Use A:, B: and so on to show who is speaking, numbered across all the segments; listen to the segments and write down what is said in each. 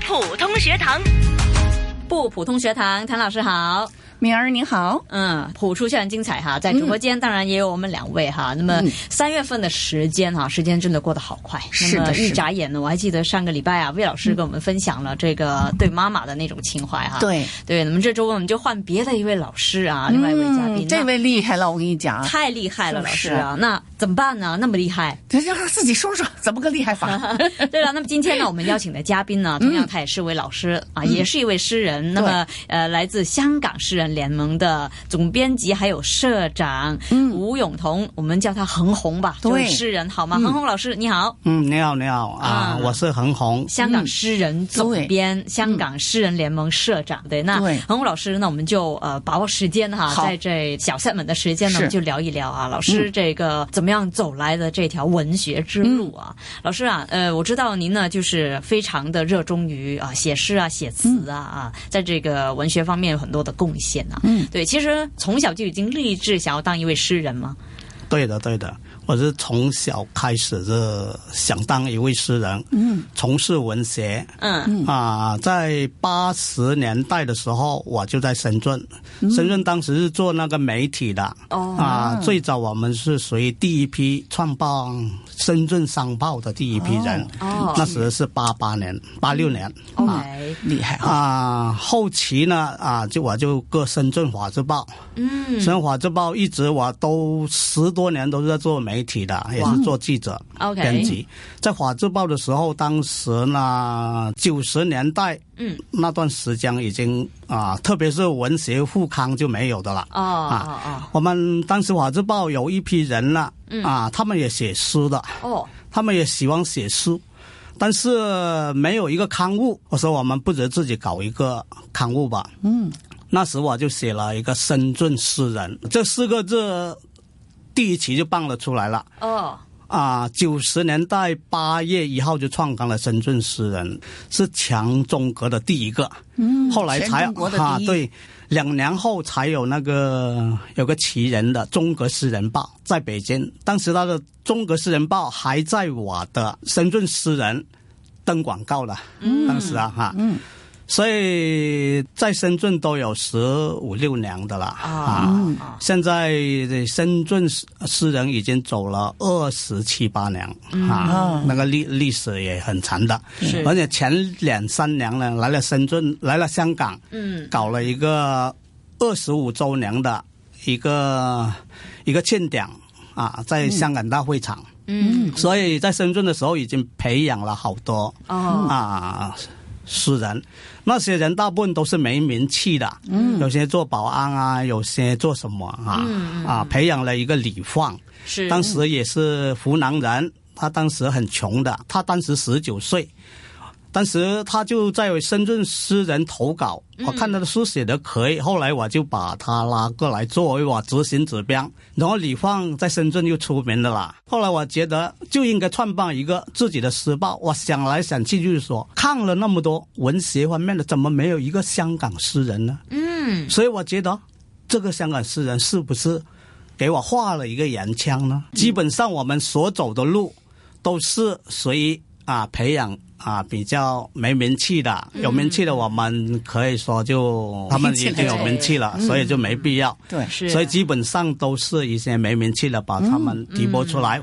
A: 普通学堂。
B: 不普通学堂，谭老师好。
C: 敏儿您好，
B: 嗯，普出校园精彩哈，在
C: 嗯
B: 直播间当然也有我们两位哈。那么三月份的时间哈，时间真的过得好快，
C: 是的
B: 那么
C: 是的
B: 一眨眼呢，我还记得上个礼拜啊，魏老师跟我们分享了这个对妈妈的那种情怀哈。
C: 嗯对嗯
B: 对，那么这周我们就换别的一位老师啊，另外一位嘉宾，
C: 这
B: 那
C: 位厉害了，我跟你讲，
B: 太厉害了，
C: 是
B: 老
C: 不是
B: 师啊，那怎么办呢？那么厉害，
C: 他让他自己说说怎么个厉害法。
B: 对了，那么今天呢，我们邀请的嘉宾呢，同样他也是位老师啊，也是一位诗人。那么呃，来自香港诗人联盟的总编辑还有社长吴永彤，我们叫他恒红吧，就是
C: 对
B: 诗人好吗？恒红老师你好。
D: 嗯，你好，你
C: 哦
D: 好啊
B: 啊，
D: 我是恒红。
B: 香港诗人总编，香港诗人联盟社长。对，那
C: 嗯对
B: 恒武老师，那我们就呃把握时间哈，
C: 好
B: 在这小 set 们的时间呢，
C: 是
B: 我们就聊一聊啊，老师这个怎么样走来的这条文学之路啊。
C: 嗯
B: 老师啊，呃，我知道您呢就是非常的热衷于啊写诗啊、写词啊啊，在这个文学方面有很多的贡献啊。嗯，对，其实从小就已经立志想要当一位诗人嘛。
D: 对的，对的，我是从小开始是想当一位诗人，嗯，从事文学。
B: 嗯
D: 啊，在八十年代的时候，我就在深圳。深圳当时是做那个媒体的，
B: 嗯
C: 嗯
B: 哦
D: 啊，最早我们是属于第一批创办深圳商报的第一批人，
B: 哦嗯
D: 那时是八八年、八六年，
B: ，OK，、
C: 厉害啊！
D: 啊，后期呢啊，就我就各深圳华字报，嗯，深圳华字报一直我都十多年都是在做媒体的，也是做记者、
B: 嗯 OK
D: 编辑。在华字报的时候，当时呢九十年代，
B: 嗯，
D: 那段时间已经啊，特别是文学复康就没有的了，
B: 哦
C: 啊
B: 哦哦
D: 我们当时华字报有一批人了，
B: 嗯
D: 啊，他们也写诗的，
B: 哦，
D: 他们也喜欢写诗，但是没有一个刊物。我说我们不如自己搞一个刊物吧。嗯，那时我就写了一个深圳诗人这四个字，第一期就办了出来了。
B: 哦，
D: 啊，九十年代八月一号就创刊了《深圳诗人》，是强中国的第一个。嗯，后来才
C: 全中国的
D: 啊
C: 第，一
D: 对，两年后才有那个有个奇人的《中国诗人报》在北京，当时他的《中国诗人报》还在我的《深圳诗人》登广告了。嗯，当时啊哈，嗯，所以在深圳都有十五六年的了啊。现在的深圳诗诗人已经走了二十七八年啊，那个历历史也很长的，而且前两三年呢，来了深圳，来了香港，
B: 嗯，
D: 搞了一个二十五周年的一个一个庆典啊，在香港大会场，
B: 嗯，
D: 所以在深圳的时候已经培养了好多
B: 哦，
D: 啊诗人，那些人大部分都是没名气的，嗯，有些做保安啊，有些做什么啊，啊，培养了一个李放，
B: 是
D: 当时也是湖南人，他当时很穷的，他当时十九岁。当时他就在深圳诗人投稿，我看他的书写的可以，后来我就把他拉过来作为我执行指标。然后李放在深圳又出名的啦，后来我觉得就应该创办一个自己的诗报。我想来想去就是说，看了那么多文学方面的，怎么没有一个香港诗人呢？
B: 嗯，
D: 所以我觉得这个香港诗人是不是给我画了一个圆腔呢？基本上我们所走的路都是属于啊培养。啊，比较没名气的，有名气的我们可以说就他们已经有名气了，所以就没必要。
C: 嗯对，
B: 是，
D: 所以基本上都是一些没名气的，把他们提拨出来，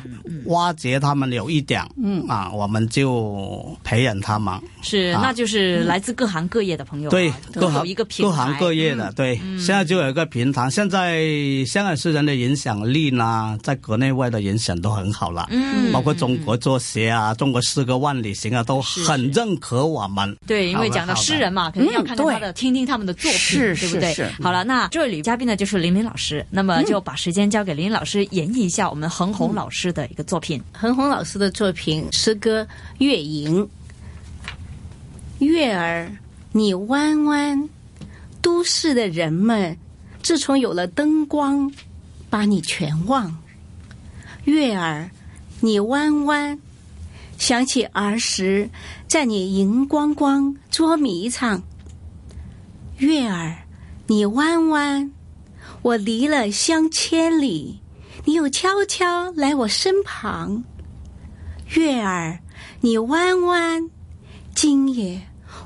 D: 挖掘他们有一点，嗯啊，我们就培养他们。
B: 是，
D: 啊
B: 那就是来自各行各业的朋友啊、
D: 对，
B: 都
D: 各
B: 有
D: 行
B: 一个平
D: 各
B: 台，嗯
D: 行各业的，对，现在就有一个平台。现在香港诗人的影响力呢，在国内外的影响都很好了，
B: 嗯
D: 包括中国作协啊，中国诗歌万里行啊，都很认可我们。
B: 对，因为
D: 好的
B: 讲到
D: 好的
B: 诗人嘛，肯定要看看
C: 嗯
B: 他的，听听他们的作品，
C: 是
B: 对不对？
C: 是
B: 好了，那这位女嘉宾呢，就是林林老师，那么就把时间交给林林老师演绎一下我们恒
D: 嗯
B: 红老师的一个作品。
E: 恒洪老师的作品诗歌《月吟》。月儿，你弯弯，都市的人们，自从有了灯光，把你全忘。月儿，你弯弯，想起儿时，在你荧光光捉迷藏。月儿，你弯弯，我离了乡千里，你又悄悄来我身旁。月儿，你弯弯，今夜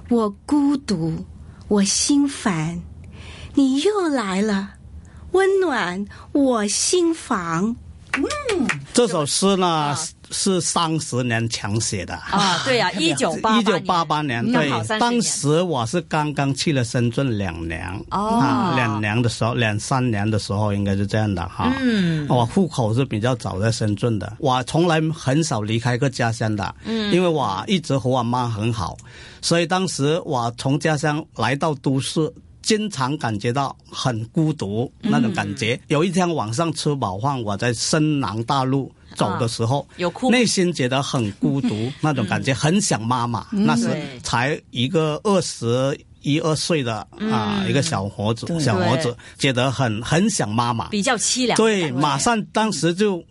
E: 我孤独，我心烦，你又来了，温暖我心房。
D: 这首诗呢是三十年前写的。
B: 啊， 对呀、啊，一九八
D: 一九八八年，对
B: 刚好三，
D: 当时我是刚刚去了深圳两年，
B: 哦
D: 啊，两年的时候，两三年的时候应该是这样的哈。
B: 嗯，
D: 我户口是比较早在深圳的，我从来很少离开过家乡的，嗯，因为我一直和我妈很好，所以当时我从家乡来到都市。经常感觉到很孤独
B: 嗯
D: 那种感觉。有一天晚上吃饱饭，我在深南大路走的时候，
B: 有哭
D: 内心觉得很孤独那种感觉，很想妈妈。那时
B: 嗯对
D: 才一个二十一二岁的啊，一个小伙子，
C: 对
D: 小伙
B: 嗯对
D: 子觉得很很想妈妈。
B: 比较凄凉。
D: 对，马上当时就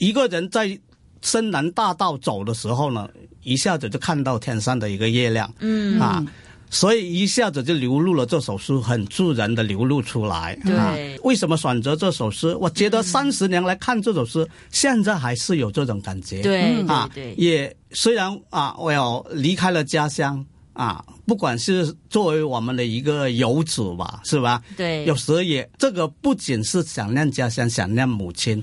D: 一个人在深南大道走的时候呢，一下子就看到天上的一个月亮，嗯啊，所以一下子就流露了这首诗，很自然的流露出来。
B: 对
D: 啊，为什么选择这首诗？我觉得三十年来看这首诗，现在还是有这种感觉。
B: 对
D: 啊
B: 对，对，
D: 也虽然啊，我有离开了家乡啊，不管是作为我们的一个游子吧，是吧？
B: 对
D: 有时也这个不仅是想念家乡，想念母亲，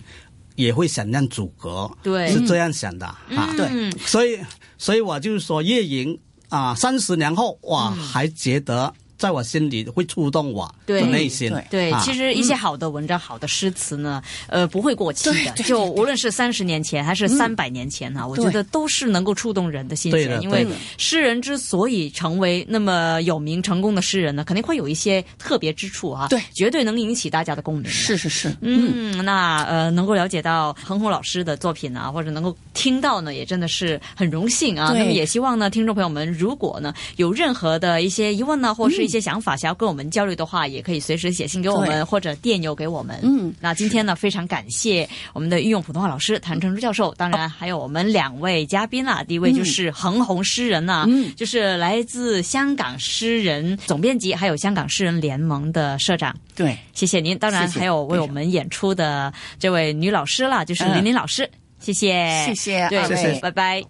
D: 也会想念祖国，
B: 对
D: 是这样想的、啊。
B: 嗯，
D: 所以，所以我就说夜营啊，三十年后哇，
B: 嗯
D: 还觉得在我心里会触动我
B: 对
D: 的内心。
C: 对
B: 对，
D: 啊嗯
B: 其实一些好的文章、好的诗词呢，呃，不会过期的。就无论是三十年前还是三百年前啊，我觉得都是能够触动人的心
D: 对
B: 弦。
D: 的
B: 因为
D: 对的
B: 诗人之所以成为那么有名、成功的诗人呢，肯定会有一些特别之处啊，
C: 对
B: 绝对能引起大家的共鸣的。
C: 是是是，
B: 嗯，那呃，能够了解到恒宏老师的作品啊，或者能够听到呢，也真的是很荣幸啊。
C: 对
B: 那么也希望呢，听众朋友们，如果呢有任何的一些疑问呢，或是一些想法想要跟我们交流的话，也可以随时写信给我
C: 对
B: 们，或者电邮给我们。
C: 嗯，
B: 那今天呢，非常感谢我们的御用普通话老师谭成珠教授，当然还有我们两位嘉宾啊，第一位就是恒宏诗人呐、
C: 嗯
B: 就是来自香港诗人总编辑，还有香港诗人联盟的社长。
C: 对，
B: 谢谢您，当然
C: 谢谢
B: 还有为我们演出的这位女老师啦，就是
C: 嗯
B: 林林老师，谢谢，
C: 谢谢
B: 哎对，
C: 二位
B: 拜拜。